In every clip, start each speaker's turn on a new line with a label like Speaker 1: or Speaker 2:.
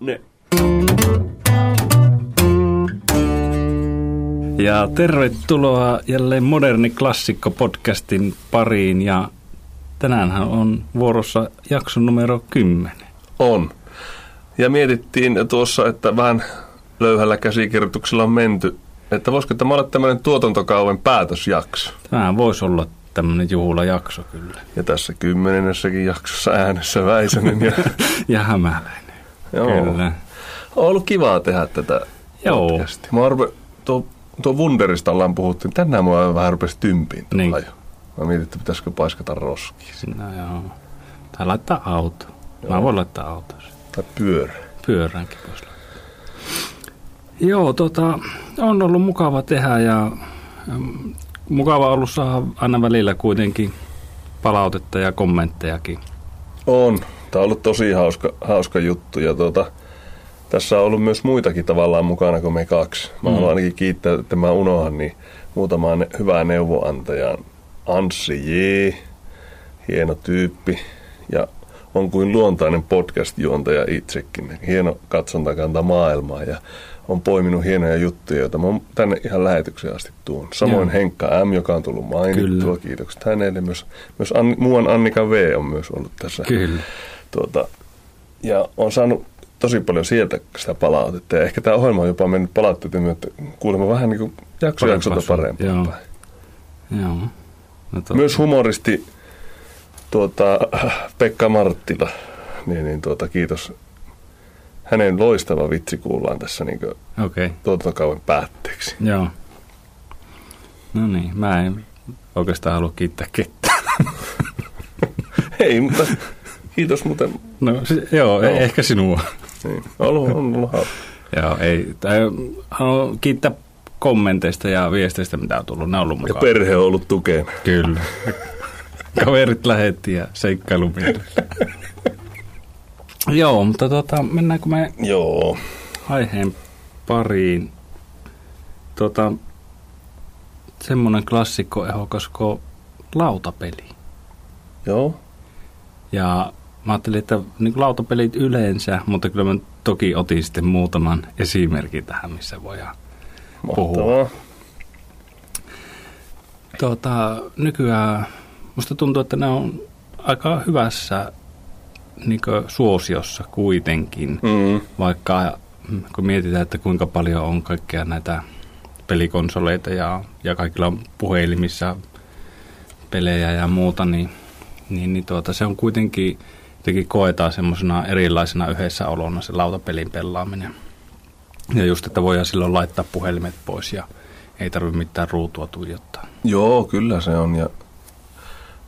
Speaker 1: ne.
Speaker 2: Ja tervetuloa jälleen Moderni Klassikko-podcastin pariin ja tänäänhän on vuorossa jakso numero 10.
Speaker 1: On. Ja mietittiin tuossa, että vähän löyhällä käsikirjoituksella on menty, että voisiko tämä olla tämmöinen tuotantokauden päätösjakso.
Speaker 2: Tämä voisi olla tämmöinen juhlajakso kyllä.
Speaker 1: Ja tässä kymmenennessäkin jaksossa äänessä Väisänen. Ja,
Speaker 2: Ja hämäläinen.
Speaker 1: joo.
Speaker 2: Kyllä. Oh.
Speaker 1: On ollut kivaa tehdä tätä
Speaker 2: Joo.
Speaker 1: podcastia. Mä arve, tuo, tuo Wunderista ollaan puhuttiin. Tänään mua vähän rupesi tympiin tuo
Speaker 2: Niin.
Speaker 1: laju. Mä mietin, että pitäisikö paiskata roskiin
Speaker 2: No joo. Tai laittaa auto. Mä voin laittaa auto.
Speaker 1: tai pyörä.
Speaker 2: Pyöräänkin pois. Joo, tota, on ollut mukava tehdä ja mm, mukava ollut saada aina välillä kuitenkin palautetta ja kommenttejakin.
Speaker 1: On. Tämä on ollut tosi hauska, hauska juttu ja tuota, tässä on ollut myös muitakin tavallaan mukana kuin me kaksi. Mä
Speaker 2: Mm.
Speaker 1: haluan ainakin kiittää, että mä unohan niin muutamaa ne, hyvää neuvonantajaa. Anssi J. Hieno tyyppi ja on kuin luontainen podcast-juontaja itsekin. Hieno katsontakanta maailmaa ja on poiminut hienoja juttuja, joita mä oon tänne ihan lähetykseen asti tuon. Samoin
Speaker 2: Joo.
Speaker 1: Henkka M, joka on tullut mainittua.
Speaker 2: Kyllä.
Speaker 1: Kiitokset hänelle. Myös, myös Anni, muuan Annika V on myös ollut tässä
Speaker 2: Kyllä.
Speaker 1: tuota, ja on saanut tosi paljon sieltä sitä palautetta. Ja ehkä tämä ohjelma on jopa mennyt palautteiden myötä kuulemma vähän niin kuin jakso
Speaker 2: Parempaa
Speaker 1: jaksolta
Speaker 2: suuntaan.
Speaker 1: parempaa.
Speaker 2: Joo.
Speaker 1: päin.
Speaker 2: Joo. No to,
Speaker 1: Myös humoristi tuota, Pekka Marttila, niin, niin tuota, kiitos. Hänen loistava vitsi kuullaan tässä niin
Speaker 2: Okei, okay.
Speaker 1: tuotantokauden päätteeksi.
Speaker 2: joo. No niin, mä en oikeastaan halua kiittää ketään.
Speaker 1: Hei, mutta kiitos muuten.
Speaker 2: No se, joo, no.
Speaker 1: Joo.
Speaker 2: ehkä sinua.
Speaker 1: Niin, on ollut, on ollut hauska.
Speaker 2: joo, ei. Tai, haluan kiittää kommenteista ja viesteistä, mitä on tullut. Nämä on ollut
Speaker 1: Ja
Speaker 2: mukava.
Speaker 1: perhe on ollut tukena.
Speaker 2: Kyllä. Kaverit lähetti ja seikkailu mielessä. Joo, mutta tota, mennäänkö me
Speaker 1: Joo.
Speaker 2: aiheen pariin? Tota, semmoinen klassikko ehokas kuin lautapeli.
Speaker 1: Joo.
Speaker 2: Ja mä ajattelin, että niin lautapelit yleensä, mutta kyllä mä toki otin sitten muutaman esimerkin tähän, missä voidaan
Speaker 1: Mahtavaa.
Speaker 2: Tuota, nykyään musta tuntuu, että ne on aika hyvässä niin suosiossa kuitenkin,
Speaker 1: Mm.
Speaker 2: vaikka mm, kun mietitään, että kuinka paljon on kaikkea näitä pelikonsoleita ja, ja kaikilla on puhelimissa pelejä ja muuta, niin, niin, niin tuota, se on kuitenkin jotenkin koetaan semmoisena erilaisena yhdessä olona se lautapelin pelaaminen. Ja just, että voidaan silloin laittaa puhelimet pois ja ei tarvitse mitään ruutua tuijottaa.
Speaker 1: Joo, kyllä se on. Ja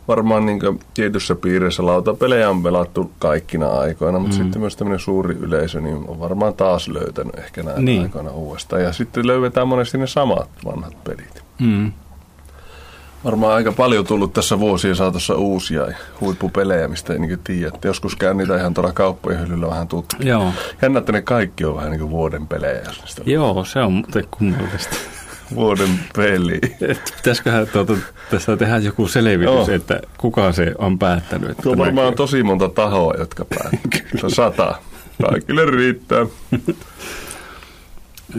Speaker 1: varmaan niin tietyssä piirissä lautapelejä on pelattu kaikkina aikoina, mutta sitten myös tämmöinen suuri yleisö niin on varmaan taas löytänyt ehkä näitä
Speaker 2: Niin.
Speaker 1: niin. aikoina uudestaan. Ja sitten löydetään monesti ne samat vanhat pelit.
Speaker 2: Mm.
Speaker 1: Varmaan aika paljon tullut tässä vuosien saatossa uusia huippupelejä, mistä ei niin tiedä. Joskus käyn niitä ihan tuolla kauppojen hyllyllä vähän tutkia.
Speaker 2: Joo.
Speaker 1: Jännä, että ne kaikki on vähän niin vuoden pelejä, jos niistä
Speaker 2: Joo, se on muuten kummallista.
Speaker 1: vuoden peli.
Speaker 2: Et pitäisiköhän tuota, tästä tehdä joku selvitys,
Speaker 1: Joo.
Speaker 2: että kuka se on päättänyt. Että
Speaker 1: Tuo on varmaan
Speaker 2: näin-
Speaker 1: tosi monta tahoa, jotka päättää. Sata. Kaikille riittää.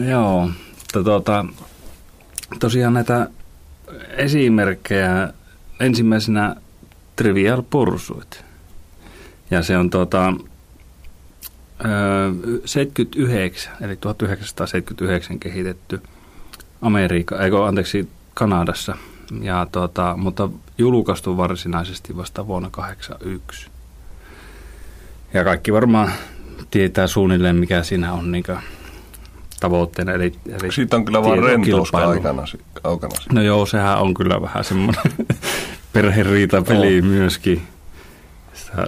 Speaker 2: Joo, mutta tuota, tosiaan näitä esimerkkejä. Ensimmäisenä Trivial Pursuit. Ja se on tuota, ö, 79, eli 1979 kehitetty Amerika, eikö, anteeksi, Kanadassa. Ja tuota, mutta julkaistu varsinaisesti vasta vuonna 1981. Ja kaikki varmaan tietää suunnilleen, mikä siinä on niin tavoitteena. Eli, eli
Speaker 1: Siitä on kyllä vaan rentous
Speaker 2: tietokilpailu.
Speaker 1: kaukana, si- kaukana. si-
Speaker 2: No joo, sehän on kyllä vähän semmoinen perheriitapeli no. myöskin. Sitä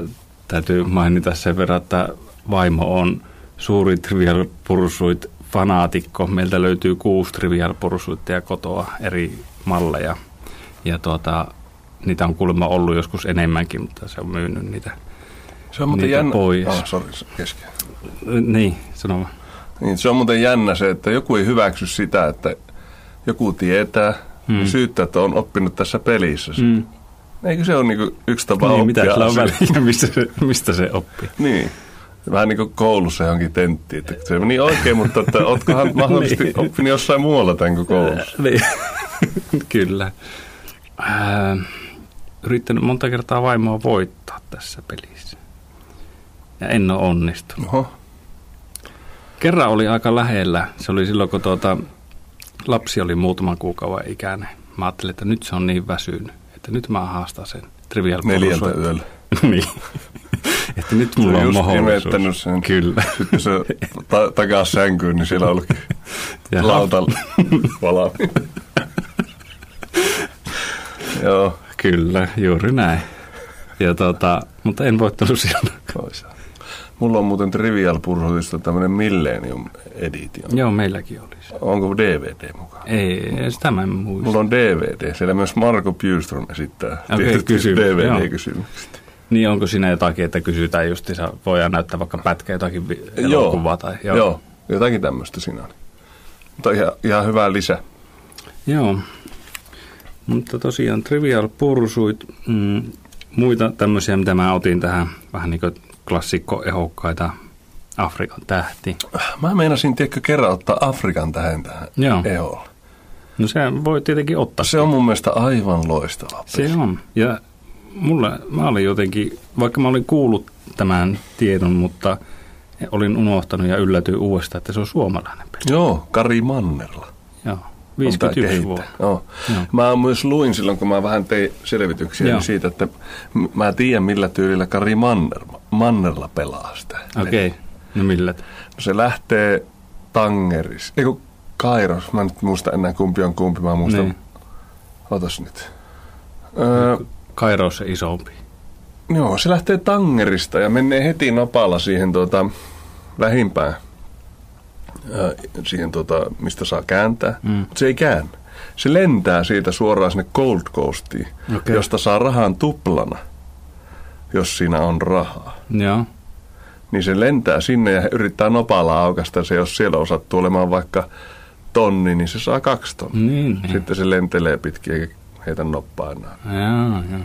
Speaker 2: täytyy mainita sen verran, että vaimo on suuri Trivial Pursuit fanaatikko. Meiltä löytyy kuusi Trivial Pursuittia kotoa eri malleja. Ja tuota, niitä on kuulemma ollut joskus enemmänkin, mutta se on myynyt niitä.
Speaker 1: Se on muuten
Speaker 2: Niitä
Speaker 1: jännä.
Speaker 2: pois.
Speaker 1: Ah, sorry, se kesken.
Speaker 2: Niin, sano vaan.
Speaker 1: Niin, se on muuten jännä se, että joku ei hyväksy sitä, että joku tietää
Speaker 2: Mm.
Speaker 1: mm. syyttä, että on oppinut tässä pelissä. Mm.
Speaker 2: Mm.
Speaker 1: Eikö se ole niinku yksi tapa
Speaker 2: Niin,
Speaker 1: oppia
Speaker 2: mitä sillä on
Speaker 1: asia?
Speaker 2: väliä, mistä se, mistä se oppii.
Speaker 1: Niin. vähän niin kuin koulussa johonkin tenttiin. Että se meni oikein, mutta että ootkohan mahdollisesti
Speaker 2: Niin.
Speaker 1: oppinut jossain muualla tämän kuin koulussa?
Speaker 2: Niin. Kyllä. Ää, yrittänyt monta kertaa vaimoa voittaa tässä pelissä. Ja en ole onnistunut.
Speaker 1: Oho. No.
Speaker 2: Kerran oli aika lähellä. Se oli silloin, kun tuota, lapsi oli muutama kuukauden ikäinen. Mä ajattelin, että nyt se on niin väsynyt, että nyt mä haastan sen. Trivial
Speaker 1: Neljältä
Speaker 2: Pursuit.
Speaker 1: yöllä.
Speaker 2: niin. Että nyt
Speaker 1: Se
Speaker 2: mulla
Speaker 1: on
Speaker 2: on
Speaker 1: just
Speaker 2: mahdollisuus.
Speaker 1: imettänyt sen.
Speaker 2: Kyllä.
Speaker 1: Sitten se ta- takaa sänkyyn, niin siellä on ollutkin
Speaker 2: Ja
Speaker 1: lauta valaa. Joo.
Speaker 2: Kyllä, juuri näin. Ja tota, mutta en voittanut siellä.
Speaker 1: Toisaan. Mulla on muuten Trivial Pursuitista tämmöinen Millennium Edition.
Speaker 2: Joo, meilläkin oli se.
Speaker 1: Onko DVD mukaan?
Speaker 2: Ei, ei, sitä mä en muista.
Speaker 1: Mulla on DVD. Siellä myös Marko Bjurström esittää
Speaker 2: Okei, kysymys,
Speaker 1: DVD-kysymykset.
Speaker 2: Niin onko siinä jotakin, että kysytään justiinsa, voidaan näyttää vaikka pätkä jotakin vi- elokuvaa tai
Speaker 1: joo. joo. jotakin tämmöistä siinä on. Mutta ihan, ihan hyvä lisä.
Speaker 2: joo. Mutta tosiaan Trivial Pursuit, mm, muita tämmöisiä, mitä mä otin tähän, vähän niin kuin klassikkoehokkaita, Afrikan tähti.
Speaker 1: Mä meinasin, tiedätkö, kerran ottaa Afrikan tähän tähän
Speaker 2: Joo.
Speaker 1: eholle.
Speaker 2: No se voi tietenkin ottaa.
Speaker 1: Se on mun mielestä aivan loistava.
Speaker 2: Se on. Ja mulla, mä olin jotenkin, vaikka mä olin kuullut tämän tiedon, mutta olin unohtanut ja yllätyin uudestaan, että se on suomalainen peli.
Speaker 1: Joo, Kari Mannerla.
Speaker 2: Joo,
Speaker 1: on tää
Speaker 2: 51
Speaker 1: kehittäjä.
Speaker 2: vuotta.
Speaker 1: Joo.
Speaker 2: Joo.
Speaker 1: Mä myös luin silloin, kun mä vähän tein selvityksiä niin
Speaker 2: Joo.
Speaker 1: siitä, että m- mä tiedän millä tyylillä Kari Manner, Mannerla pelaa sitä.
Speaker 2: Okei, okay. no millä? t-
Speaker 1: No Se lähtee Tangeris, ei kun Kairos, mä en nyt muista enää kumpi on kumpi, mä muistan.
Speaker 2: Niin.
Speaker 1: Otas nyt. Öö,
Speaker 2: Kairos se isompi.
Speaker 1: joo, se lähtee Tangerista ja menee heti napalla siihen tuota, lähimpään, öö, siihen tuota, mistä saa kääntää.
Speaker 2: Mm.
Speaker 1: Mut se ei käännä. Se lentää siitä suoraan sinne Gold Coastiin,
Speaker 2: Okei.
Speaker 1: josta saa rahan tuplana, jos siinä on rahaa.
Speaker 2: Joo,
Speaker 1: niin se lentää sinne ja yrittää nopalla aukasta se, jos siellä on sattuu olemaan vaikka tonni, niin se saa kaksi tonnia.
Speaker 2: niin. niin.
Speaker 1: Sitten se lentelee pitkin eikä heitä noppaa enää.
Speaker 2: Joo, joo.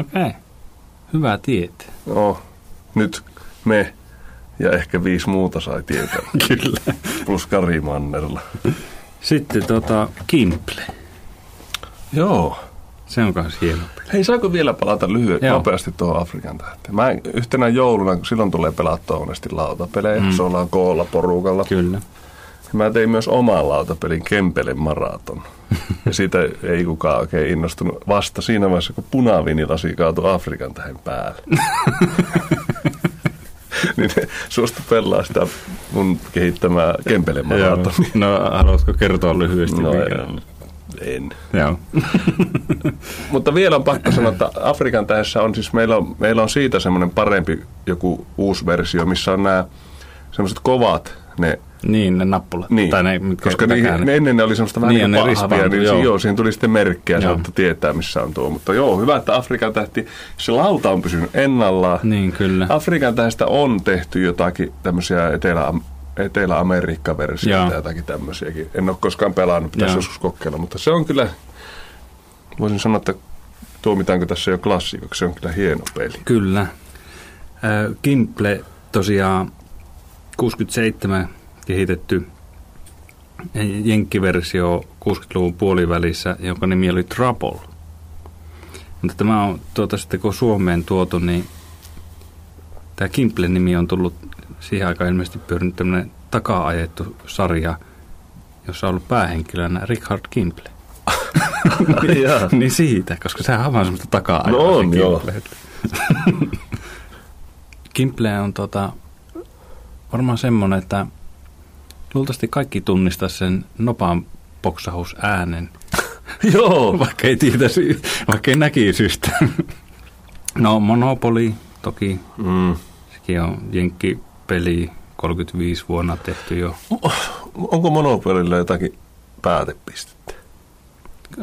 Speaker 2: Okei, okay. hyvä tietää.
Speaker 1: No, nyt me ja ehkä viisi muuta sai tietää,
Speaker 2: Kyllä.
Speaker 1: plus Kari Mannerla.
Speaker 2: Sitten tota, Kimple.
Speaker 1: Joo.
Speaker 2: Se on myös hieno peli.
Speaker 1: Hei, saako vielä palata lyhyesti,
Speaker 2: Joo.
Speaker 1: nopeasti tuohon Afrikan tähteen? Mä yhtenä jouluna, kun silloin tulee pelattua onesti lautapelejä, mm. se ollaan koolla porukalla.
Speaker 2: Kyllä.
Speaker 1: Mä tein myös oman lautapelin Kempelen maraton. Ja siitä ei kukaan oikein innostunut vasta siinä vaiheessa, kun punavinilasi kaatui Afrikan tähän päälle. niin ne suostu pelaa sitä mun kehittämää Kempelen maraton.
Speaker 2: No, haluatko kertoa lyhyesti?
Speaker 1: No,
Speaker 2: mikä-
Speaker 1: en.
Speaker 2: Joo.
Speaker 1: Mutta vielä on pakko sanoa, että Afrikan tähdessä on siis, meillä on, meillä on siitä semmoinen parempi joku uusi versio, missä on nämä semmoiset kovat ne
Speaker 2: Niin, ne nappulat.
Speaker 1: Niin,
Speaker 2: Tai ne, mitkä
Speaker 1: koska ne,
Speaker 2: näkään-
Speaker 1: ne, ennen ne oli semmoista vähän
Speaker 2: Niin,
Speaker 1: niin,
Speaker 2: ja
Speaker 1: niin
Speaker 2: ne
Speaker 1: pahvia,
Speaker 2: ristipaantui,
Speaker 1: niin joo.
Speaker 2: joo.
Speaker 1: joo, siinä tuli sitten merkkejä,
Speaker 2: Joo.
Speaker 1: saattoi tietää missä on tuo. Mutta joo, hyvä, että Afrikan tähti, se lauta on pysynyt ennallaan.
Speaker 2: Niin, kyllä.
Speaker 1: Afrikan tähdestä on tehty jotakin tämmöisiä Etelä- Etelä-Amerikka-versioita,
Speaker 2: Joo.
Speaker 1: jotakin tämmöisiäkin. En ole koskaan pelannut, pitäisi
Speaker 2: Joo.
Speaker 1: joskus kokeilla, mutta se on kyllä, voisin sanoa, että tuomitaanko tässä jo klassikoksi, se on kyllä hieno peli.
Speaker 2: Kyllä. Ö, Kimple tosiaan 67 kehitetty jenkkiversio 60-luvun puolivälissä, jonka nimi oli Trouble. Mutta tämä on tuota, sitten kun Suomeen tuotu, niin tämä Kimple-nimi on tullut siihen aikaan ilmeisesti pyörinyt tämmöinen takaa ajettu sarja, jossa on ollut päähenkilönä Richard Kimple.
Speaker 1: Jaa.
Speaker 2: niin siitä, koska sehän on vaan semmoista takaa
Speaker 1: No on, joo.
Speaker 2: Kimple on tota, varmaan semmoinen, että luultavasti kaikki tunnistaa sen nopan poksahus äänen,
Speaker 1: joo!
Speaker 2: vaikka ei tietäisi, vaikka ei näkisi ystä. No Monopoly toki,
Speaker 1: Mm.
Speaker 2: sekin on jenkkipeli, 35 vuonna tehty jo.
Speaker 1: Onko Monopolilla jotakin päätepistettä?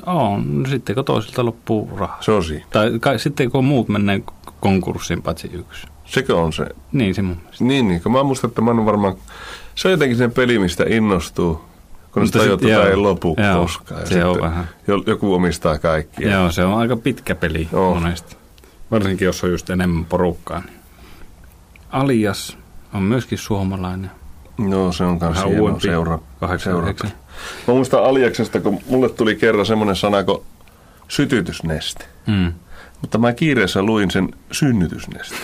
Speaker 2: On, no sitten kun toisilta loppuu rahaa.
Speaker 1: Se on siinä.
Speaker 2: Tai kai, sitten kun muut menee konkurssiin paitsi yksi.
Speaker 1: Sekö on se
Speaker 2: Niin se mun mielestä.
Speaker 1: Niin, niin kun mä muistan, että mä en varmaan... Se on jotenkin sen peli, mistä innostuu, kun
Speaker 2: Mutta
Speaker 1: sitä tajuu,
Speaker 2: sit-
Speaker 1: että tämä
Speaker 2: joo.
Speaker 1: ei lopu
Speaker 2: Joo,
Speaker 1: koskaan. Ja
Speaker 2: se on
Speaker 1: sitten
Speaker 2: vähän.
Speaker 1: jo- Joku omistaa kaikki.
Speaker 2: Joo, se on aika pitkä peli
Speaker 1: Joo.
Speaker 2: monesti. Varsinkin jos on just enemmän porukkaa. Niin. Alias on myöskin suomalainen.
Speaker 1: No se on kanssa
Speaker 2: Vähän
Speaker 1: hieno
Speaker 2: uudempi.
Speaker 1: seura.
Speaker 2: 89.
Speaker 1: Mä muistan Alieksesta, kun mulle tuli kerran semmoinen sana kuin sytytysneste.
Speaker 2: Mm.
Speaker 1: Mutta mä kiireessä luin sen synnytysneste.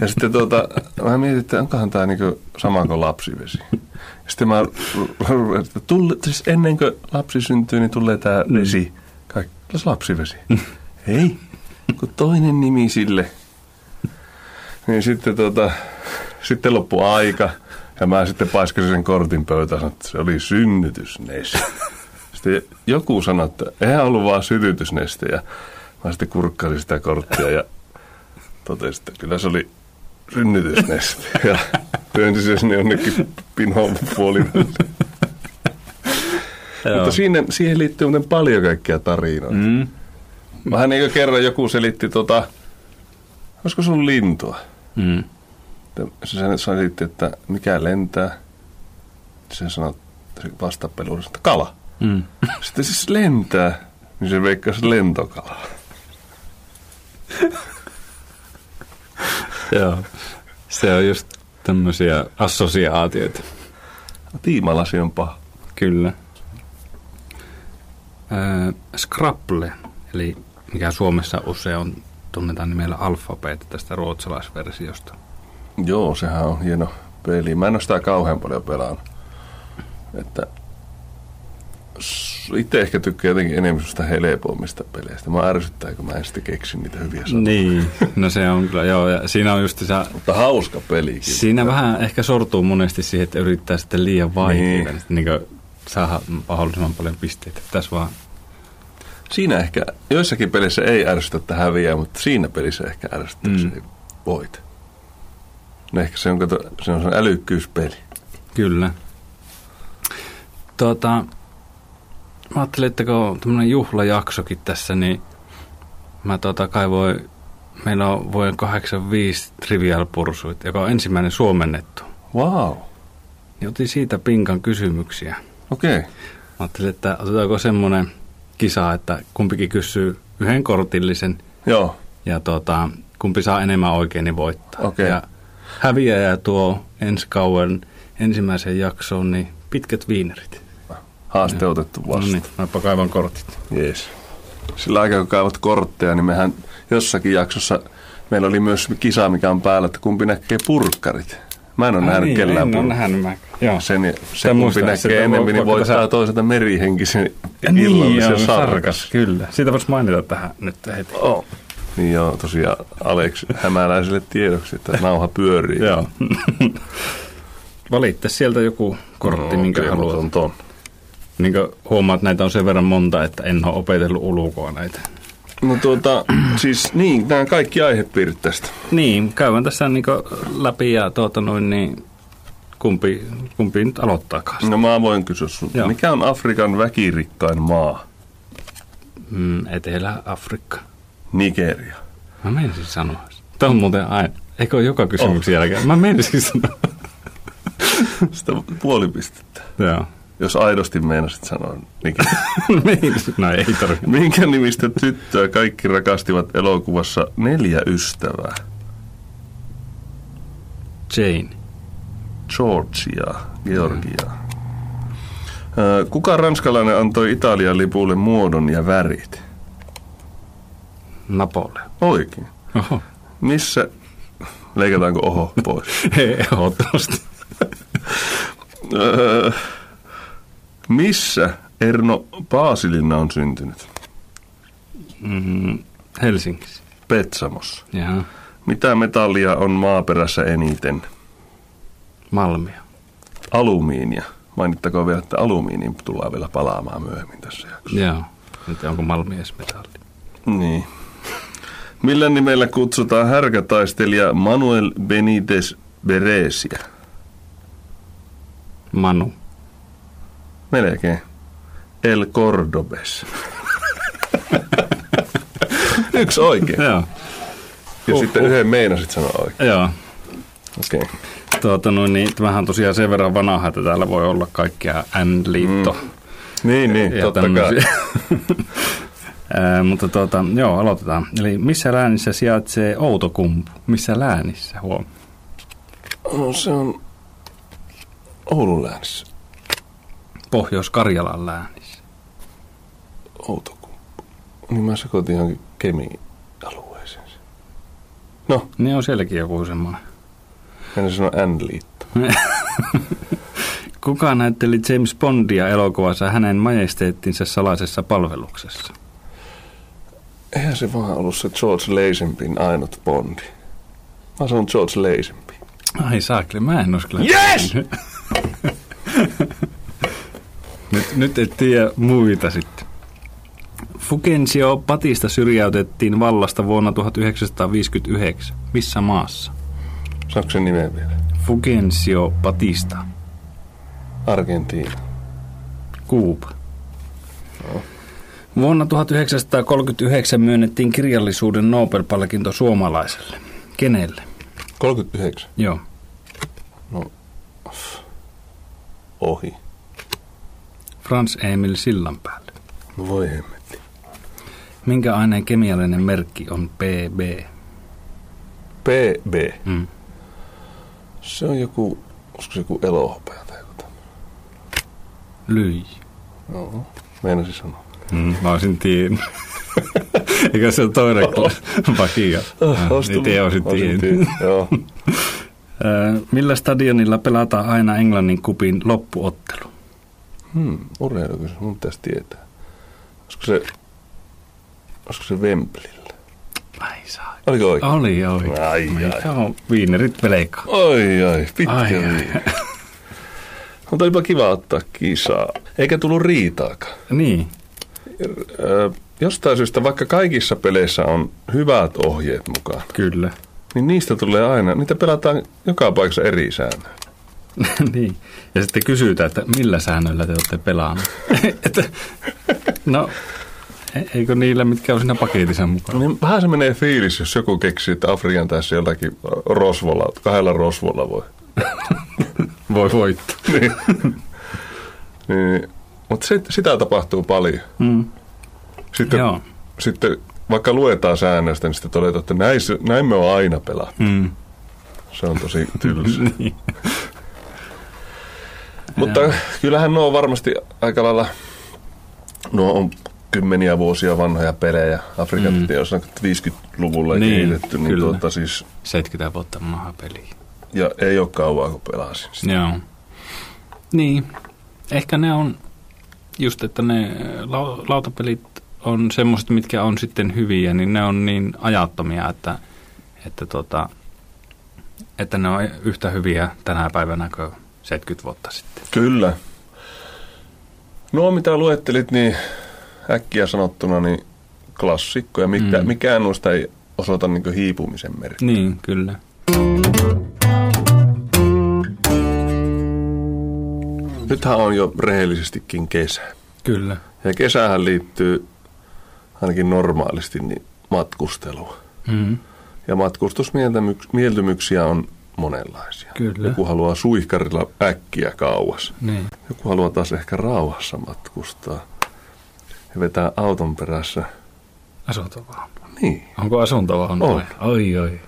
Speaker 1: ja sitten tuota, mä mietin, että onkohan tämä niinku sama kuin lapsivesi. Ja sitten mä, r- r- että tulle, siis ennen kuin lapsi syntyy, niin tulee tämä vesi. Kaikki, lapsivesi. Hei, kun toinen nimi sille. Niin sitten, tota, sitten loppu aika. Ja mä sitten paiskasin sen kortin pöytään, sanoin, että se oli synnytysneste. Sitten joku sanoi, että eihän ollut vaan sytytysneste. Ja mä sitten kurkkasin sitä korttia ja totesin, että kyllä se oli synnytysneste. Ja työnsin sen sinne jonnekin pinon puolivälille. Mutta siinä, siihen liittyy muuten paljon kaikkia tarinoita.
Speaker 2: Mm.
Speaker 1: Vähän niin kuin kerran joku selitti tota, olisiko sun lintua?
Speaker 2: Mm.
Speaker 1: Että Se sen- selitti, että mikä lentää. Se sanoi se vastapeluri, että kala.
Speaker 2: Mm.
Speaker 1: Sitten siis lentää, niin se veikkasi lentokala.
Speaker 2: Joo. Se on just tämmöisiä assosiaatioita.
Speaker 1: Tiimalasi on paha.
Speaker 2: Kyllä. Öö, Scrabble, eli mikä Suomessa usein on, tunnetaan nimellä alfabeetti tästä ruotsalaisversiosta.
Speaker 1: Joo, sehän on hieno peli. Mä en ole sitä kauhean paljon pelannut. Että s- itse ehkä tykkään jotenkin enemmän sitä helpommista peleistä. Mä ärsyttää, kun mä en sitten keksi niitä hyviä sanoja.
Speaker 2: Niin. No se on kyllä, joo. Ja siinä on just se,
Speaker 1: Mutta hauska peli kyllä.
Speaker 2: siinä vähän ehkä sortuu monesti siihen, että yrittää sitten liian vaikeita.
Speaker 1: Niin.
Speaker 2: Niin. niin saada mahdollisimman paljon pisteitä. Tässä vaan
Speaker 1: Siinä ehkä, joissakin pelissä ei ärsytä, että häviää, mutta siinä pelissä ehkä ärsyttää, mm.
Speaker 2: Mm.
Speaker 1: ei voita. No ehkä se on, kato, se on sen älykkyyspeli.
Speaker 2: Kyllä. Tuota, mä ajattelin, että kun on tämmöinen juhlajaksokin tässä, niin mä tuota kaivoin, meillä on vuoden 85 Trivial Pursuit, joka on ensimmäinen suomennettu.
Speaker 1: Wow.
Speaker 2: Niin otin siitä pinkan kysymyksiä.
Speaker 1: Okei. Okay.
Speaker 2: Mä ajattelin, että otetaanko semmoinen kisa, että kumpikin kysyy yhden kortillisen
Speaker 1: Joo.
Speaker 2: ja tuota, kumpi saa enemmän oikein, niin voittaa.
Speaker 1: Okei.
Speaker 2: Ja häviäjä tuo ensi kauden ensimmäiseen jaksoon niin pitkät viinerit.
Speaker 1: Haaste otettu
Speaker 2: No
Speaker 1: vastaan.
Speaker 2: niin, mäpä kaivan kortit.
Speaker 1: Jees. Sillä aikaa, kun kaivat kortteja, niin mehän jossakin jaksossa meillä oli myös kisa, mikä on päällä, että kumpi näkee purkkarit. Mä en ole nähnyt niin, kellään
Speaker 2: en ole
Speaker 1: purkkarit.
Speaker 2: nähnyt mä. Joo.
Speaker 1: Sen, se
Speaker 2: En muista,
Speaker 1: kumpi näkee
Speaker 2: sitä voi-
Speaker 1: enemmän, niin
Speaker 2: vaikka
Speaker 1: voittaa
Speaker 2: tässä-
Speaker 1: toiselta merihenkisen
Speaker 2: joo,
Speaker 1: illallisen
Speaker 2: niin, sarkas. Kyllä. Siitä voisi mainita tähän nyt heti.
Speaker 1: Oh. Niin joo, tosiaan Alex hämäläiselle tiedoksi, että nauha pyörii.
Speaker 2: Joo. Valitte sieltä joku kortti, no, minkä
Speaker 1: okei,
Speaker 2: haluat.
Speaker 1: mut
Speaker 2: On.
Speaker 1: on ton.
Speaker 2: Niin kuin huomaat, näitä on sen verran monta, että en ole opetellut ulkoa näitä.
Speaker 1: No tuota, siis niin, nämä kaikki aihepiirit tästä.
Speaker 2: Niin, käydään tässä niin läpi ja tuota noin, niin kumpi, kumpi nyt aloittaakaan.
Speaker 1: No mä voin kysyä sinulta.
Speaker 2: Joo.
Speaker 1: Mikä on Afrikan väkirikkain maa?
Speaker 2: Mm, Etelä-Afrikka.
Speaker 1: Nigeria.
Speaker 2: Mä menisin sanoa. Tämä on muuten aina. Eikö ole joka kysymyksen jälkeen? Mä menisin sanoa.
Speaker 1: Sitä puoli pistettä.
Speaker 2: Joo.
Speaker 1: Jos aidosti meinasit sanoa Nigeria.
Speaker 2: Niin, no ei tarvitse.
Speaker 1: Minkä nimistä tyttöä kaikki rakastivat elokuvassa Neljä ystävää?
Speaker 2: Jane.
Speaker 1: Georgia, Georgia. Ö, Kuka ranskalainen antoi Italian lipulle muodon ja värit?
Speaker 2: Napole.
Speaker 1: Oikein.
Speaker 2: Oho.
Speaker 1: Missä, leikataanko oho pois?
Speaker 2: Ehdottomasti.
Speaker 1: Öö, missä Erno Paasilinna on syntynyt?
Speaker 2: Mm, Helsingissä.
Speaker 1: Petsamossa.
Speaker 2: Jaha.
Speaker 1: Mitä metallia on maaperässä eniten?
Speaker 2: Malmia.
Speaker 1: Alumiinia. Mainittakoon vielä, että alumiinin tullaan vielä palaamaan myöhemmin tässä jaksossa.
Speaker 2: Joo. Nyt onko Malmi edes metalli?
Speaker 1: Niin. Millä nimellä kutsutaan härkätaistelija Manuel Benitez Beresia?
Speaker 2: Manu.
Speaker 1: Melkein. El Cordobes. Yksi oikein.
Speaker 2: Joo.
Speaker 1: Ja sitten yhden meinasit sanoa oikein.
Speaker 2: Joo.
Speaker 1: Okei. Okay.
Speaker 2: Tuota, no niin, tämähän on tosiaan sen verran vanha, että täällä voi olla kaikkia N-liitto. Mm.
Speaker 1: Niin, niin, totta kai.
Speaker 2: Ää, mutta tuota, joo, aloitetaan. Eli missä läänissä sijaitsee Outokumpu? Missä läänissä? Huom.
Speaker 1: on, No, se on Oulun läänissä.
Speaker 2: Pohjois-Karjalan läänissä.
Speaker 1: Outokumpu. Niin mä sekoitin johonkin Kemin alueeseen. sen. No,
Speaker 2: Niin on sielläkin joku semmoinen.
Speaker 1: en sano N-liitto.
Speaker 2: Kuka näytteli James Bondia elokuvassa hänen majesteettinsa salaisessa palveluksessa?
Speaker 1: Eihän se vaan ollut se George Lazenbyn ainut bondi. Mä sanon George Lazenby.
Speaker 2: Ai saakli, mä en olisi kyllä.
Speaker 1: Yes!
Speaker 2: nyt, nyt et tiedä muita sitten. Fulgencio Patista syrjäytettiin vallasta vuonna 1959. Missä maassa?
Speaker 1: Saanko sen nimen vielä?
Speaker 2: Fulgencio Patista,
Speaker 1: Argentiina.
Speaker 2: Kuuba. Vuonna 1939 myönnettiin kirjallisuuden Nobel-palkinto suomalaiselle. Kenelle?
Speaker 1: 39.
Speaker 2: Joo.
Speaker 1: Ohi.
Speaker 2: Frans Emil Sillanpäälle.
Speaker 1: No voi hemmetti.
Speaker 2: Minkä aineen kemiallinen merkki on PB?
Speaker 1: PB.
Speaker 2: Mm.
Speaker 1: Se on joku, olisiko se joku elohopea tai joku tämmöinen.
Speaker 2: Lyijy.
Speaker 1: No. Meinasin sanoa.
Speaker 2: Mm, mä olisin tiennyt. Eikö se ole toinen kla- vakia? Ah,
Speaker 1: Ois tullut-
Speaker 2: Itse olisin
Speaker 1: oisin
Speaker 2: tiennyt.
Speaker 1: tiennyt, Joo.
Speaker 2: Öö, Millä stadionilla pelataan aina Englannin kupin loppuottelu?
Speaker 1: Hmm, urheilukysymys, mun pitäisi tietää. Olisiko se, olisiko se Wembleyllä?
Speaker 2: Ai saa.
Speaker 1: Oliko oikein?
Speaker 2: Oli oikein.
Speaker 1: Ai, ai.
Speaker 2: Mikä on viinerit peleka?
Speaker 1: Oi, ai, pitkä
Speaker 2: Ai,
Speaker 1: ai,
Speaker 2: ai.
Speaker 1: Mutta olipa kiva ottaa kisaa. Eikä tullut riitaakaan.
Speaker 2: Niin.
Speaker 1: Öö, jostain syystä, vaikka kaikissa peleissä on hyvät ohjeet mukaan,
Speaker 2: Kyllä.
Speaker 1: niin niistä tulee aina, niitä pelataan joka paikassa eri säännöillä.
Speaker 2: niin. Ja sitten kysytään, että millä säännöillä te olette pelaaneet. Että- no, e- eikö niillä, mitkä on siinä paketissa mukana?
Speaker 1: Niin vähän se menee fiilis, jos joku keksii, että Afrikan tässä jollakin rosvolla, kahdella rosvolla voi.
Speaker 2: Voi voittaa.
Speaker 1: niin. niin. Mutta sit, sitä tapahtuu paljon.
Speaker 2: Mm.
Speaker 1: Sitten,
Speaker 2: Joo.
Speaker 1: sitten vaikka luetaan säännöstä, niin sitten todetaan, että näissä, näin me on aina pelaa.
Speaker 2: Mm.
Speaker 1: Se on tosi tylsä.
Speaker 2: Niin.
Speaker 1: Mutta kyllähän nuo on varmasti aika lailla, nuo on kymmeniä vuosia vanhoja pelejä. Afrikan mm. on 50-luvulla
Speaker 2: Niin,
Speaker 1: niin, kehitetty, niin
Speaker 2: kyllä.
Speaker 1: tuota siis,
Speaker 2: 70 vuotta mahapeliä.
Speaker 1: ja ei ole kauaa, kun siis. pelasin sitä.
Speaker 2: Joo. Niin. Ehkä ne on just, että ne äh, lau- lautapelit on semmoiset, mitkä on sitten hyviä, niin ne on niin ajattomia, että, että, tota, että ne on yhtä hyviä tänä päivänä kuin 70 vuotta sitten.
Speaker 1: Kyllä. No mitä luettelit, niin äkkiä sanottuna niin klassikkoja. Mikä,
Speaker 2: Mm.
Speaker 1: mm. Mikään noista ei osoita niin hiipumisen merkkiä.
Speaker 2: Niin, kyllä.
Speaker 1: Nythän on jo rehellisestikin kesä.
Speaker 2: Kyllä.
Speaker 1: Ja kesähän liittyy ainakin normaalisti niin matkustelua.
Speaker 2: Mm.
Speaker 1: Ja matkustusmieltymyksiä on monenlaisia.
Speaker 2: Kyllä.
Speaker 1: Joku haluaa suihkarilla äkkiä kauas.
Speaker 2: Niin.
Speaker 1: Joku haluaa taas ehkä rauhassa matkustaa. Ja vetää auton perässä.
Speaker 2: Asuntovaunu.
Speaker 1: Niin.
Speaker 2: Onko asuntovaunu?
Speaker 1: On.
Speaker 2: Oi, oi.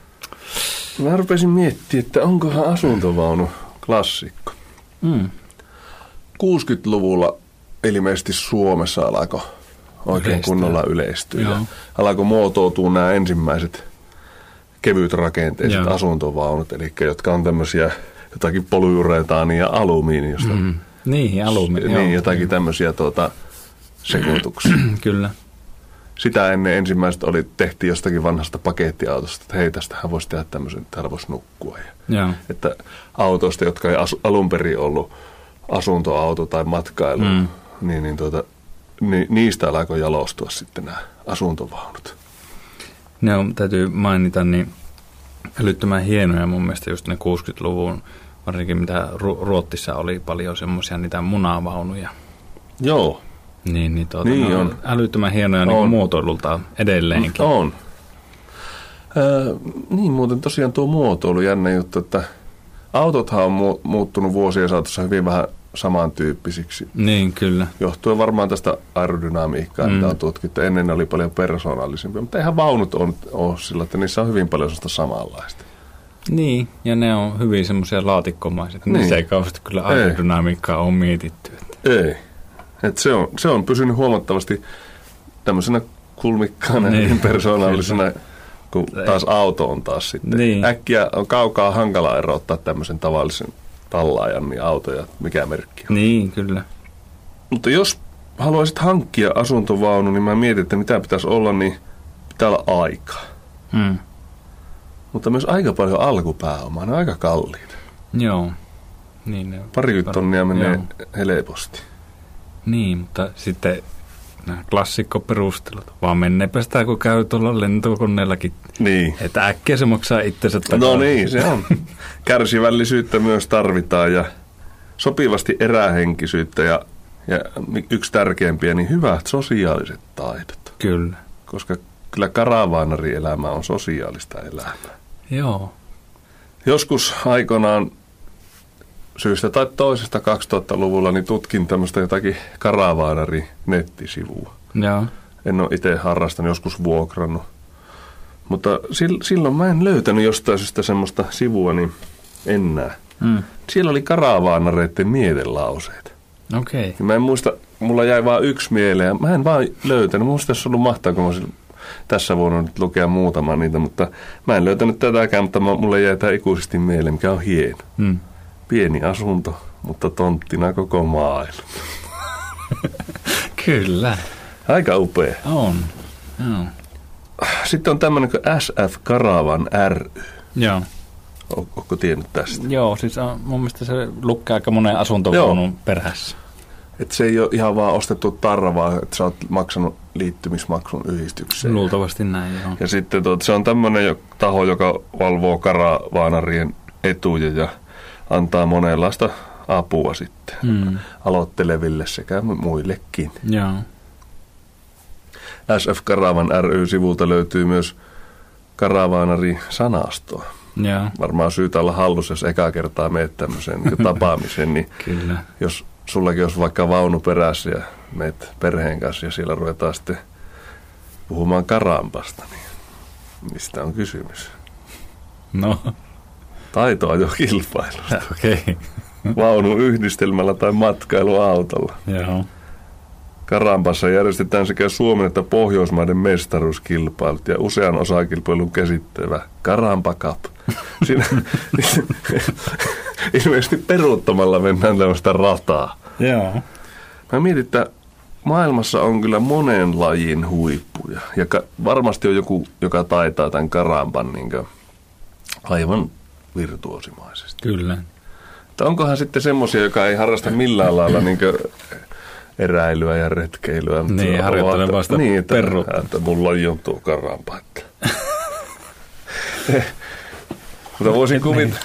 Speaker 1: Mä rupesin miettimään, että onkohan asuntovaunu klassikko.
Speaker 2: Mm.
Speaker 1: 60-luvulla ilmeisesti Suomessa alkoi oikein
Speaker 2: Yleistyä.
Speaker 1: Yleistyä. kunnolla yleistyä.
Speaker 2: Joo.
Speaker 1: Ja Alkoi muotoutua nämä ensimmäiset kevyt rakenteiset
Speaker 2: Joo.
Speaker 1: asuntovaunut, eli jotka on tämmöisiä jotakin polyuretaania ja alumiiniosta.
Speaker 2: Mm. Niin, alumiini.
Speaker 1: Niin,
Speaker 2: joo.
Speaker 1: jotakin tämmöisiä tuota, sekoituksia.
Speaker 2: Kyllä.
Speaker 1: Sitä ennen ensimmäiset oli, tehtiin jostakin vanhasta pakettiautosta, että hei, tästähän voisi tehdä tämmöisen, täällä voisi nukkua. Ja
Speaker 2: Joo.
Speaker 1: että autoista, jotka ei asu, alun perin ollut asuntoauto tai matkailu,
Speaker 2: Mm.
Speaker 1: mm. niin, niin, tuota, niin niistä alkoi jalostua sitten nämä asuntovaunut.
Speaker 2: Ne on, täytyy mainita, niin älyttömän hienoja mun mielestä just ne 60-luvun, varsinkin mitä Ru- Ruotsissa oli paljon semmoisia niitä munavaunuja.
Speaker 1: Joo,
Speaker 2: Niin, niin, tuota,
Speaker 1: Niin
Speaker 2: ne
Speaker 1: on.
Speaker 2: Älyttömän hienoja niin
Speaker 1: On.
Speaker 2: muotoilultaan edelleenkin.
Speaker 1: on. Öö, niin muuten tosiaan tuo muotoilu jännä juttu, että autothan on mu- muuttunut vuosien saatossa hyvin vähän samantyyppisiksi.
Speaker 2: Niin, kyllä.
Speaker 1: Johtuen varmaan tästä aerodynamiikkaa,
Speaker 2: Mm.
Speaker 1: mitä on tutkittu. Ennen ne oli paljon persoonallisempia, mutta eihän vaunut on, ole sillä, että niissä on hyvin paljon sellaista samanlaista.
Speaker 2: Niin, ja ne on hyvin semmoisia laatikkomaiset. Niin. Niissä ei kauheasti kyllä
Speaker 1: Ei.
Speaker 2: aerodynamiikkaa on mietitty. Että.
Speaker 1: Ei. Et se, on, se on pysynyt huomattavasti tämmöisenä kulmikkaana
Speaker 2: Niin.
Speaker 1: niin. persoonallisena, kun taas auto on taas sitten.
Speaker 2: Niin.
Speaker 1: Äkkiä on kaukaa hankala erottaa tämmöisen tavallisen tallaajan niin autoja, mikä merkki on.
Speaker 2: Niin, kyllä.
Speaker 1: Mutta jos haluaisit hankkia asuntovaunu, niin mä mietin, että mitä pitäisi olla, niin pitää olla aikaa.
Speaker 2: Mm.
Speaker 1: Mutta myös aika paljon alkupääomaa, ne on aika kalliita.
Speaker 2: Joo. Niin, ne on.
Speaker 1: Parikymmentä tonnia menee
Speaker 2: Joo.
Speaker 1: helposti.
Speaker 2: niin, mutta sitten nämä klassikkoperustelut. Vaan menneepä sitä, kun käy tuolla lentokoneellakin.
Speaker 1: Niin.
Speaker 2: Että äkkiä se maksaa itsensä
Speaker 1: No niin, se on. Kärsivällisyyttä myös tarvitaan ja sopivasti erähenkisyyttä ja, ja yksi tärkeimpiä, niin hyvät sosiaaliset taidot.
Speaker 2: Kyllä.
Speaker 1: Koska kyllä karavaanarielämä on sosiaalista elämää.
Speaker 2: Joo.
Speaker 1: Joskus aikoinaan syystä tai toisesta 2000-luvulla niin tutkin tämmöistä jotakin karavaanari-nettisivua.
Speaker 2: Joo.
Speaker 1: En ole itse harrastanut, joskus vuokrannut. Mutta sil- silloin mä en löytänyt jostain syystä semmoista sivua, niin enää.
Speaker 2: Mm.
Speaker 1: Siellä oli karavaanareiden mietelauseet.
Speaker 2: Okei. Okay.
Speaker 1: Ja mä en muista, mulla jäi vaan yksi mieleen. ja Mä en vaan löytänyt. Muista olisi ollut mahtaa, kun mä olisin tässä vuonna nyt lukea muutama niitä, mutta mä en löytänyt tätäkään, mutta mä- mulle jäi tämä ikuisesti mieleen, mikä on hieno.
Speaker 2: Mm.
Speaker 1: Pieni asunto, mutta tonttina koko maailma.
Speaker 2: Kyllä.
Speaker 1: Aika upea.
Speaker 2: On. Joo.
Speaker 1: Sitten on tämmöinen kuin SF Karavan ry.
Speaker 2: Joo.
Speaker 1: O- Ootko tiennyt tästä?
Speaker 2: Joo, siis on, mun mielestä se lukkaa aika monen asuntovaunun perhässä.
Speaker 1: Et se ei ole ihan vaan ostettu tarra, vaan että sä oot maksanut liittymismaksun yhdistykseen.
Speaker 2: Luultavasti näin, joo.
Speaker 1: Ja sitten tuot, se on tämmöinen taho, joka valvoo karavaanarien etuja ja antaa monenlaista apua sitten
Speaker 2: Mm.
Speaker 1: aloitteleville sekä muillekin.
Speaker 2: Joo.
Speaker 1: SF Karavan ry-sivulta löytyy myös karavaanari-sanastoa.
Speaker 2: Joo.
Speaker 1: Varmaan syytä olla hallus, jos ekaa kertaa meet tämmöiseen niin tapaamiseen, niin
Speaker 2: Kyllä.
Speaker 1: jos sullakin olisi vaikka vaunu perässä ja meet perheen kanssa ja siellä ruvetaan sitten puhumaan karampasta, niin mistä on kysymys?
Speaker 2: No,
Speaker 1: Taitoa jo kilpailu.
Speaker 2: okei. Okay.
Speaker 1: Vaunu yhdistelmällä tai matkailuautolla.
Speaker 2: Joo.
Speaker 1: Karampassa järjestetään sekä Suomen että Pohjoismaiden mestaruuskilpailut ja usean osakilpailun käsittävä Karampa Cup. Siinä ilmeisesti peruuttamalla mennään tämmöistä rataa.
Speaker 2: Joo.
Speaker 1: Mä mietin, että maailmassa on kyllä monen lajin huippuja. Ja ka- varmasti on joku, joka taitaa tämän karampan niin aivan virtuosimaisesti.
Speaker 2: Kyllä.
Speaker 1: Että onkohan sitten semmoisia, joka ei harrasta millään lailla niin eräilyä ja retkeilyä. mutta
Speaker 2: Niin,
Speaker 1: ovat-
Speaker 2: harjoittelee vasta
Speaker 1: niin, että,
Speaker 2: perruutta.
Speaker 1: että mulla on jo tuo karampa. Että. Eh. Mutta voisin kuvitella,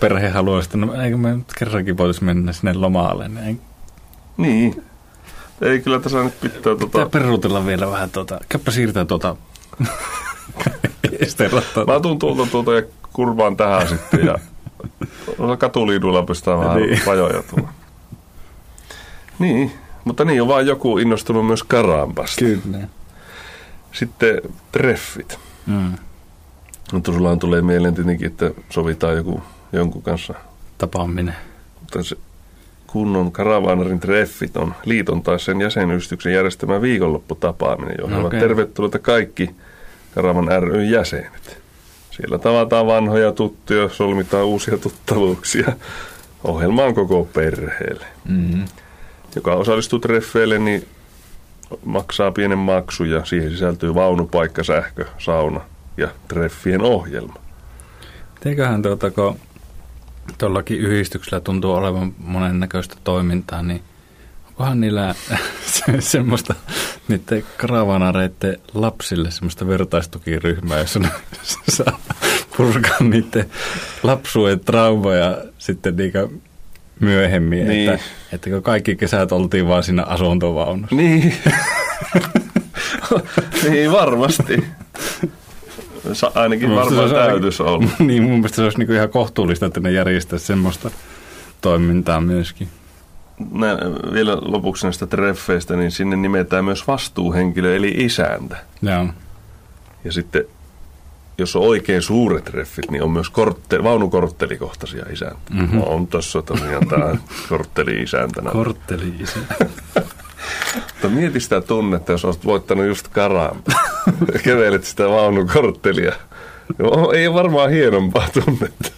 Speaker 2: Perhe haluaa sitten, no eikö me nyt kerrankin voitaisiin mennä sinne lomaalle. Niin
Speaker 1: niin. Ei kyllä tässä nyt pitää
Speaker 2: pitää
Speaker 1: tota...
Speaker 2: peruutella vielä vähän tuota. Käppä siirtää tuota esterataa.
Speaker 1: Mä tuun tuolta tuolta ja kurvaan tähän sitten ja tuolla katuliidulla pistää vähän
Speaker 2: Niin.
Speaker 1: niin. pajoja tuolla. Niin, mutta niin on vaan joku innostunut myös karampasta.
Speaker 2: Kyllä.
Speaker 1: Sitten treffit.
Speaker 2: Mm.
Speaker 1: Mutta sulla on tulee mieleen tietenkin, että sovitaan joku, jonkun kanssa.
Speaker 2: Tapaaminen.
Speaker 1: Mutta se kunnon karavaanarin treffit on liiton tai sen jäsenyhdistyksen järjestämä viikonlopputapaaminen, johon okay.
Speaker 2: Okei.
Speaker 1: ovat tervetulleita kaikki Karavan ryn jäsenet. Siellä tavataan vanhoja tuttuja, solmitaan uusia tuttavuuksia. Ohjelma on koko perheelle.
Speaker 2: Mm.
Speaker 1: Joka osallistuu treffeille, niin maksaa pienen maksun ja siihen sisältyy vaunupaikka, sähkö, sauna ja treffien ohjelma.
Speaker 2: Teiköhän tuota, kun tuollakin yhdistyksellä tuntuu olevan monennäköistä toimintaa, niin onkohan niillä se- semmoista niiden karavanareiden lapsille semmoista vertaistukiryhmää, jossa ne saa purkaa niiden lapsuuden traumoja sitten niinkä myöhemmin.
Speaker 1: Niin.
Speaker 2: Että, että kun kaikki kesät oltiin vaan siinä asuntovaunussa.
Speaker 1: Niin. niin varmasti. Sa- ainakin
Speaker 2: Musta
Speaker 1: varmaan
Speaker 2: se olisi
Speaker 1: täytyisi olla.
Speaker 2: niin, mun mielestä se olisi niinku ihan kohtuullista, että ne järjestää semmoista toimintaa myöskin.
Speaker 1: Nä, vielä lopuksi näistä treffeistä, niin sinne nimetään myös vastuuhenkilö eli isäntä.
Speaker 2: Joo.
Speaker 1: Ja sitten jos on oikein suuret reffit, niin on myös kortte, vaunukorttelikohtaisia isäntä. Mm-hmm. On tässä tosiaan tämä kortteli-isäntänä.
Speaker 2: Kortteli isä.
Speaker 1: Mutta mieti sitä tunnetta, jos olet voittanut just karaan. Kävelet sitä vaunukorttelia. No, Ei ole varmaan hienompaa tunnetta.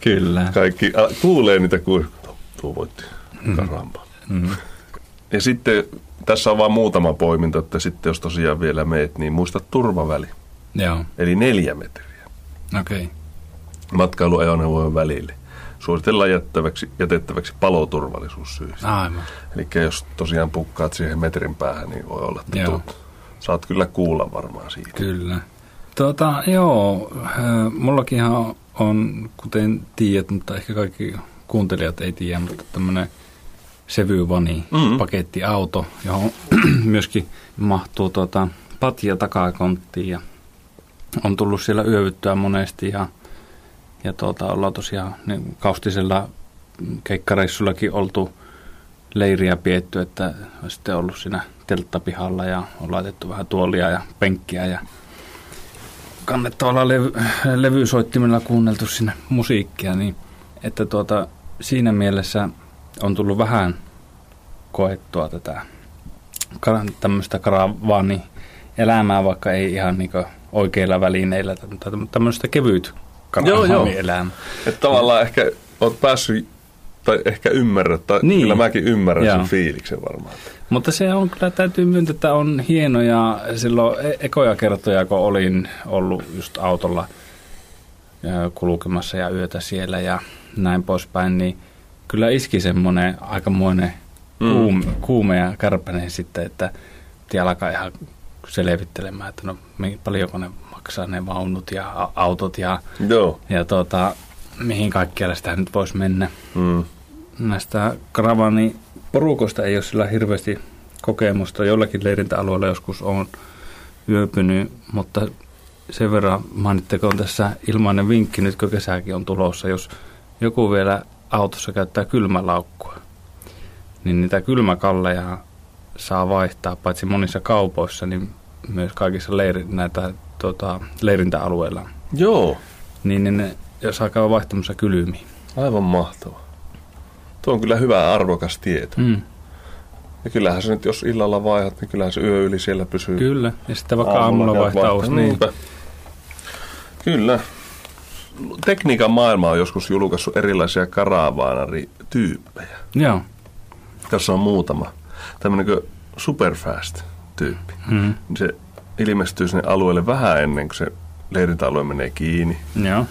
Speaker 2: Kyllä.
Speaker 1: Kaikki a, kuulee niitä kuin, tuo, tuo voitti karamba.
Speaker 2: Mm.
Speaker 1: Ja sitten tässä on vain muutama poiminta, että sitten jos tosiaan vielä meet, niin muista turvaväli.
Speaker 2: Joo,
Speaker 1: Eli neljä metriä
Speaker 2: okei. Okay.
Speaker 1: matkailuajoneuvojen välille. Suositellaan jättäväksi, jätettäväksi paloturvallisuussyistä.
Speaker 2: Aivan.
Speaker 1: Eli jos tosiaan pukkaat siihen metrin päähän, niin voi olla, että
Speaker 2: Joo.
Speaker 1: tuut, saat kyllä kuulla varmaan siitä.
Speaker 2: Kyllä. Tota, joo, ö, mullakin on, kuten tiedät, mutta ehkä kaikki kuuntelijat ei tiedä, mutta tämmöinen sevyvani
Speaker 1: Mm.
Speaker 2: mm. pakettiauto, johon myöskin mahtuu tuota, patja takakonttiin ja on tullut siellä yövyttyä monesti ja, ja tuota, ollaan tosiaan niin kaustisella keikkareissullakin oltu leiriä pietty, että on sitten ollut siinä telttapihalla ja on laitettu vähän tuolia ja penkkiä ja kannettavalla levy, levysoittimella kuunneltu sinne musiikkia, niin että tuota, siinä mielessä on tullut vähän koettua tätä kar- tämmöistä karavaani elämää, vaikka ei ihan niin oikeilla välineillä, tä- mutta tämmöistä kevyt
Speaker 1: Joo, joo.
Speaker 2: karavaani elämä.
Speaker 1: Että tavallaan ehkä oot päässyt, tai ehkä ymmärrät, tai niin.
Speaker 2: Niin.
Speaker 1: kyllä mäkin ymmärrän Joo. sen
Speaker 2: Joo.
Speaker 1: fiiliksen varmaan.
Speaker 2: Mutta se on kyllä, täytyy myöntää, että on hienoja. Silloin e- ekoja kertoja, kun olin ollut just autolla ö, kulkemassa ja yötä siellä ja näin poispäin, niin kyllä iski semmoinen aikamoinen
Speaker 1: Mm.
Speaker 2: kuume, kuume ja kärpänen sitten, että piti alkaa ihan selvittelemään, että no mi- paljonko ne maksaa ne vaunut ja a- autot ja,
Speaker 1: Joo.
Speaker 2: ja tuota, mihin kaikkialle sitä nyt voisi mennä
Speaker 1: Mm.
Speaker 2: näistä karavani porukoista ei ole sillä hirveästi kokemusta. Jollakin leirintäalueella joskus on yöpynyt, mutta sen verran mainittakoon tässä ilmainen vinkki, nyt kun kesäkin on tulossa, jos joku vielä autossa käyttää kylmälaukkua, niin niitä kylmäkalleja saa vaihtaa, paitsi monissa kaupoissa, niin myös kaikissa leiri, näitä, tota, leirintäalueilla.
Speaker 1: Joo,
Speaker 2: Niin, niin ne, jos saa käydä vaihtamassa kylmiin.
Speaker 1: aivan mahtava. Tuo on kyllä hyvä arvokas tieto. Mm.
Speaker 2: Mm.
Speaker 1: Ja kyllähän se nyt, jos illalla vaihdat, niin kyllähän se yö yli siellä pysyy.
Speaker 2: Kyllä, ja sitten vaikka aamulla
Speaker 1: käyt
Speaker 2: vaihtaa uusi, niin
Speaker 1: Niinpä. Kyllä. Tekniikan maailma on joskus julkaissut erilaisia karavaanarityyppejä.
Speaker 2: Joo.
Speaker 1: Tässä on muutama. Tämmöinen kuin superfast-tyyppi.
Speaker 2: Mm.
Speaker 1: Se ilmestyy sinne alueelle vähän ennen kuin se leirintäalue menee kiinni.
Speaker 2: Joo.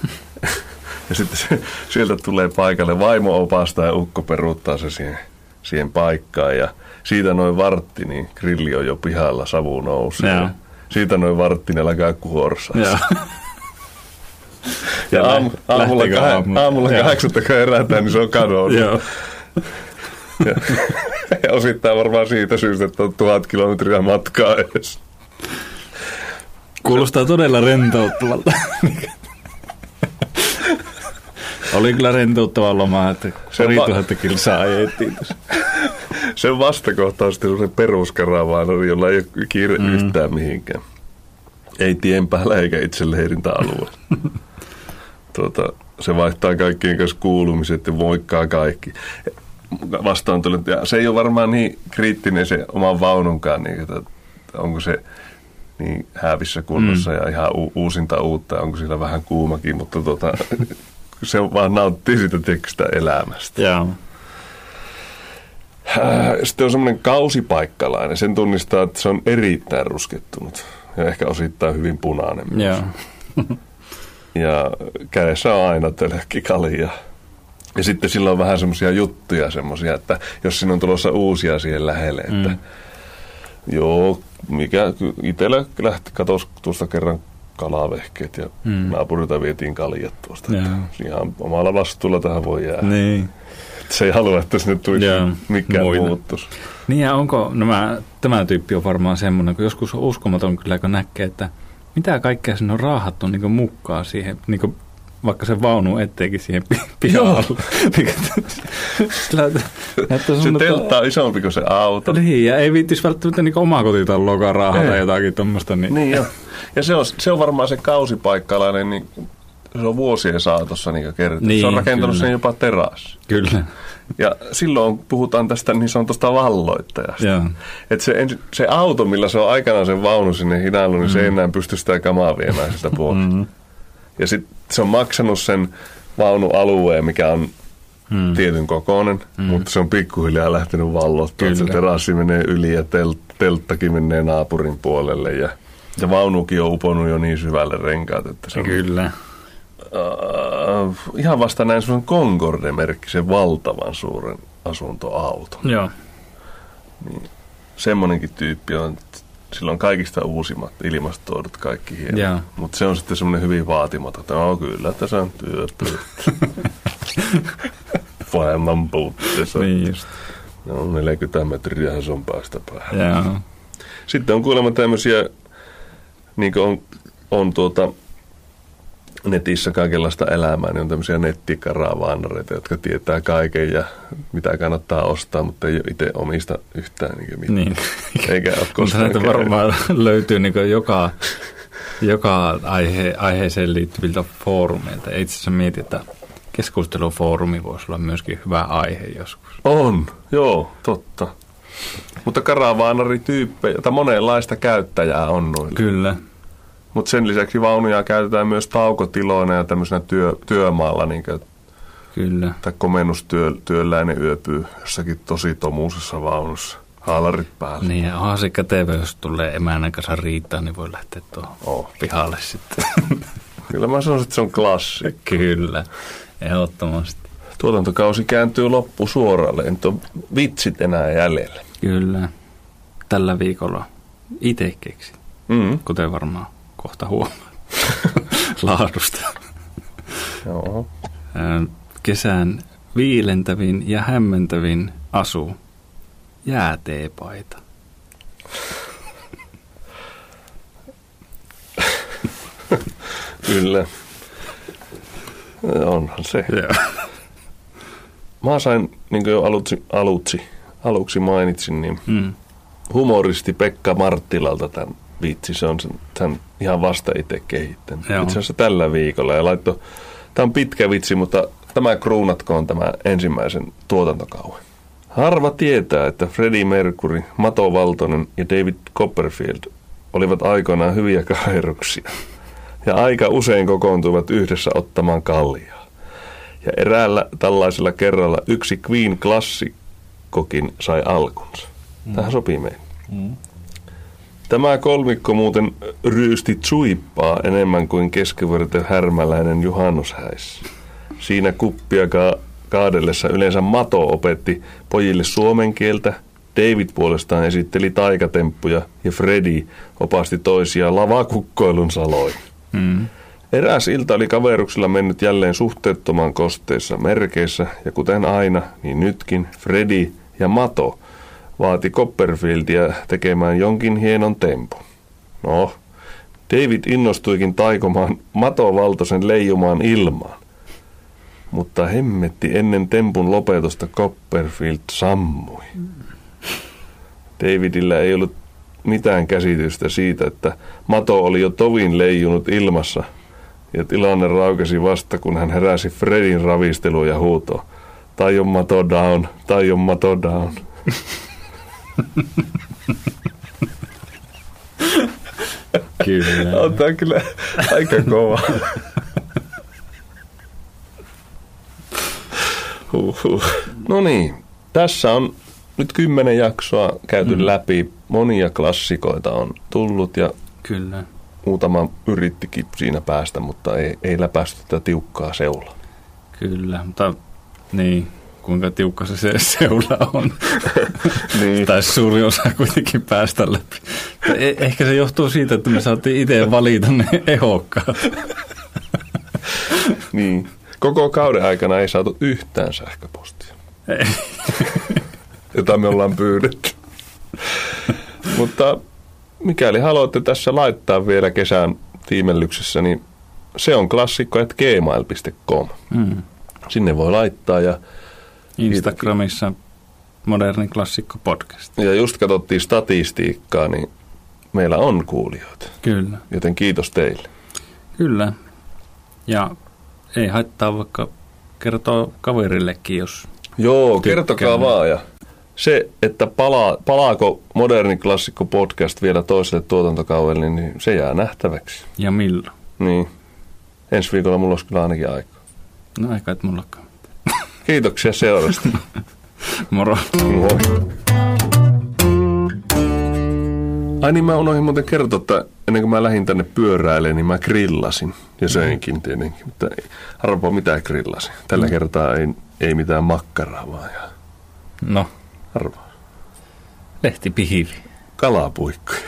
Speaker 1: Ja sitten se, sieltä tulee paikalle vaimo opastaa ja ukko peruuttaa se siihen, siihen paikkaan. Ja siitä noin vartti, niin grilli on jo pihalla, savu nousee.
Speaker 2: Joo.
Speaker 1: Siitä noin vartti, ne alkaa kuorsaa.
Speaker 2: Joo.
Speaker 1: Ja aam, aamulla,
Speaker 2: lähtekö
Speaker 1: kah-
Speaker 2: aamulla?
Speaker 1: aamulla
Speaker 2: Joo.
Speaker 1: kahdeksatta, kun herätään, niin se on kadonnut.
Speaker 2: Joo.
Speaker 1: Ja, ja osittain varmaan siitä syystä, että on tuhat kilometriä matkaa edes.
Speaker 2: Kuulostaa todella rentouttavalta. Oli kyllä rentouttava loma, että
Speaker 1: Se
Speaker 2: pari
Speaker 1: va-
Speaker 2: tuhatta kilsaa ajettiin. tässä.
Speaker 1: Sen vastakohta on sitten se peruskaravaanari, jolla ei ole kiire mm. yhtään mihinkään. Ei tien päällä eikä itse leirintäalueella. tuota, se vaihtaa kaikkien kanssa kuulumiset ja moikkaa kaikki. Vastaan tullut, ja se ei ole varmaan niin kriittinen se oman vaununkaan, niin, että onko se niin häävissä kunnossa mm. ja ihan u- uusinta uutta, ja onko sillä vähän kuumakin, mutta tuota, se vaan nauttii siitä tekstistä elämästä.
Speaker 2: Joo.
Speaker 1: Äh, Sitten on semmoinen kausipaikkalainen. Sen tunnistaa, että se on erittäin ruskettunut ja ehkä osittain hyvin punainen. myös.
Speaker 2: Joo.
Speaker 1: Ja kädessä on aina tölkki kalia. Ja sitten sillä on vähän semmoisia juttuja semmoisia, että jos sinun on tulossa uusia siihen lähelle, että
Speaker 2: Mm.
Speaker 1: mm. joo, mikä itsellä lähti, katos tuosta kerran kalavehkeet ja mm.
Speaker 2: Mm.
Speaker 1: naapurilta vietiin kaljat tuosta.
Speaker 2: Joo.
Speaker 1: Että ihan omalla vastuulla tähän voi jäädä. Mm.
Speaker 2: Niin.
Speaker 1: Se ei halua, että sinne tulisi
Speaker 2: Joo,
Speaker 1: mikään
Speaker 2: muita.
Speaker 1: muuttus.
Speaker 2: Niin ja onko nämä, tämä tyyppi on varmaan semmoinen, kun joskus on uskomaton kyllä, kun näkee, että mitä kaikkea sinne on raahattu niin mukaan siihen niin vaikka se vaunu etteikin siihen pi- pihalle. Mikä t- Sillä näyttää
Speaker 1: Se
Speaker 2: semmoinen, että-
Speaker 1: teltta on isompi kuin se auto.
Speaker 2: Niin, ja ei viittis välttämättä niinku omaa kotitalloakaan raahata
Speaker 1: Ei.
Speaker 2: jotakin tuommoista. Niin.
Speaker 1: Niin jo. Ja se on, se on varmaan se kausipaikkalainen, niin se on vuosien saatossa niin kertaa. Niin, se on
Speaker 2: Niin,
Speaker 1: rakentanut
Speaker 2: kyllä.
Speaker 1: sen jopa terassi.
Speaker 2: Kyllä.
Speaker 1: Ja silloin puhutaan tästä niin sanotusta valloittajasta.
Speaker 2: Joo.
Speaker 1: Et se, ensi- se auto, millä se on aikanaan sen vaunu sinne hinaillut, niin mm. se ei enää pysty sitä kamaa viemään sitä pois. Mm. Ja sitten se on maksanut sen vaunualueen, mikä on mm. tietyn kokoinen, mm. mutta se on pikkuhiljaa lähtenyt vallottua. että Se
Speaker 2: Kyllä.
Speaker 1: terassi menee yli ja tel- telttakin menee naapurin puolelle ja, ja vaunukin on uponut jo niin syvälle renkaat, että se on
Speaker 2: Kyllä.
Speaker 1: äh, ihan vasta näin semmoisen Concorde-merkkisen valtavan suuren asuntoauto.
Speaker 2: Joo.
Speaker 1: Semmonenkin tyyppi on, että sillä on kaikista uusimmat ilmastoidut kaikki
Speaker 2: Joo.
Speaker 1: hienot. Mutta se on sitten semmoinen hyvin vaatimaton, että no kyllä tässä on työtä. Vaimman puutteessa.
Speaker 2: Niin just.
Speaker 1: No 40 metriä se on päästä päähän.
Speaker 2: Joo.
Speaker 1: Sitten on kuulemma tämmöisiä, niin kuin on, on tuota, netissä kaikenlaista elämää, niin on tämmöisiä nettikaravaanareita, jotka tietää kaiken ja mitä kannattaa ostaa, mutta ei ole itse omista yhtään niin mitään.
Speaker 2: Niin.
Speaker 1: Eikä ole
Speaker 2: Mutta
Speaker 1: koskaan
Speaker 2: näitä
Speaker 1: käynyt.
Speaker 2: varmaan löytyy niin joka, joka aihe, aiheeseen liittyviltä foorumeilta. Itse asiassa mietin, että keskustelufoorumi voisi olla myöskin hyvä aihe joskus.
Speaker 1: On, joo, totta. Mutta karavaanarityyppejä, tai monenlaista käyttäjää on noilla.
Speaker 2: Kyllä.
Speaker 1: Mutta sen lisäksi vaunuja käytetään myös taukotiloina ja tämmöisenä työ, työmaalla, niin kuin
Speaker 2: Kyllä.
Speaker 1: tai komennustyöläinen yöpyy jossakin tosi tomuusessa vaunussa. Haalarit päällä.
Speaker 2: Niin, ja onhan se kätevä, jos tulee emänän kanssa riitaa, niin voi lähteä tuohon
Speaker 1: Oh.
Speaker 2: pihalle sitten.
Speaker 1: Kyllä mä sanoisin, että se on klassi.
Speaker 2: Kyllä, ehdottomasti.
Speaker 1: Tuotantokausi kääntyy loppu suoralle. Nyt on vitsit enää jäljellä.
Speaker 2: Kyllä, tällä viikolla itse keksin,
Speaker 1: Mm.
Speaker 2: kuten varmaan kohta huomaa laadusta.
Speaker 1: Joo.
Speaker 2: Ö, Kesän viilentävin ja hämmentävin asu, jääteepaita.
Speaker 1: Kyllä. Onhan se.
Speaker 2: Joo.
Speaker 1: Mä sain, niin kuin jo alutsi, alutsi, aluksi mainitsin, niin
Speaker 2: Mm.
Speaker 1: humoristi Pekka Marttilalta tämän vitsi. Se on sen, tämän ihan vasta itse kehittänyt.
Speaker 2: Joo.
Speaker 1: Itse asiassa tällä viikolla. Ja laitto, tämä on pitkä vitsi, mutta tämä kruunatkoon tämä ensimmäisen tuotantokauden. Harva tietää, että Freddie Mercury, Mato Valtonen ja David Copperfield olivat aikoinaan hyviä kairuksia. Ja aika usein kokoontuivat yhdessä ottamaan kaljaa. Ja eräällä tällaisella kerralla yksi Queen-klassikkokin sai alkunsa. Tähän sopii meille. Tämä kolmikko muuten ryysti suippaa enemmän kuin keskiverto härmäläinen juhannushäis. Siinä kuppia ka- kaadellessa yleensä Mato opetti pojille suomen kieltä, David puolestaan esitteli taikatemppuja ja Freddy opasti toisia lavakukkoilun saloin.
Speaker 2: Mm.
Speaker 1: Eräs ilta oli kaveruksilla mennyt jälleen suhteettoman kosteissa merkeissä, ja kuten aina, niin nytkin Freddy ja Mato vaati Copperfieldia tekemään jonkin hienon tempun. No, David innostuikin taikomaan Mato Valtosen leijumaan ilmaan. Mutta hemmetti ennen tempun lopetusta Copperfield sammui. Davidillä ei ollut mitään käsitystä siitä, että Mato oli jo tovin leijunut ilmassa, ja tilanne raukesi vasta, kun hän heräsi Fredin ravisteluun ja huutoon. Tai on mato down, tai on mato down.
Speaker 2: Kyllä.
Speaker 1: tämä kyllä aika kova. Huhhuh. No niin, tässä on nyt kymmenen jaksoa käyty mm. läpi. Monia klassikoita on tullut ja
Speaker 2: Kyllä.
Speaker 1: muutama yrittikin siinä päästä, mutta ei, ei läpäisty tätä tiukkaa seulaa.
Speaker 2: Kyllä, mutta niin, kuinka tiukka se, se seula on.
Speaker 1: Niin.
Speaker 2: tai suuri osa kuitenkin päästä läpi. Tai e- Ehkä se johtuu siitä, että me saatiin itse valita ne ehokkaat.
Speaker 1: niin. Koko kauden aikana ei saatu yhtään sähköpostia.
Speaker 2: Ei.
Speaker 1: jota me ollaan pyydetty. Mutta mikäli haluatte tässä laittaa vielä kesän tiimellyksessä, niin se on klassikko, että gmail.com.
Speaker 2: Mm.
Speaker 1: Sinne voi laittaa ja,
Speaker 2: Instagramissa moderni klassikko podcast.
Speaker 1: ja just katsottiin statistiikkaa, niin meillä on kuulijoita.
Speaker 2: Kyllä.
Speaker 1: Joten kiitos teille.
Speaker 2: Kyllä. Ja ei haittaa vaikka kertoo kaverillekin, jos
Speaker 1: Joo,
Speaker 2: Tykkään.
Speaker 1: kertokaa vaan. Ja se, että palaa, palaako moderni klassikko podcast vielä toiselle tuotantokaudelle, niin se jää nähtäväksi.
Speaker 2: ja milloin.
Speaker 1: Niin. Ensi viikolla mulla olisi kyllä ainakin aikaa.
Speaker 2: No ei kai mullakaan.
Speaker 1: Kiitoksia seurasta.
Speaker 2: Moro.
Speaker 1: Moi. Ai niin, mä unohdin muuten kertoa, että ennen kuin mä lähdin tänne pyöräilemään, niin mä grillasin. Ja söinkin tietenkin, mutta ei- arvoa mitä grillasin. Tällä kertaa ei, ei mitään makkaraa vaan ja
Speaker 2: No,
Speaker 1: arvoa.
Speaker 2: lehtipihivi.
Speaker 1: Kalapuikkoja.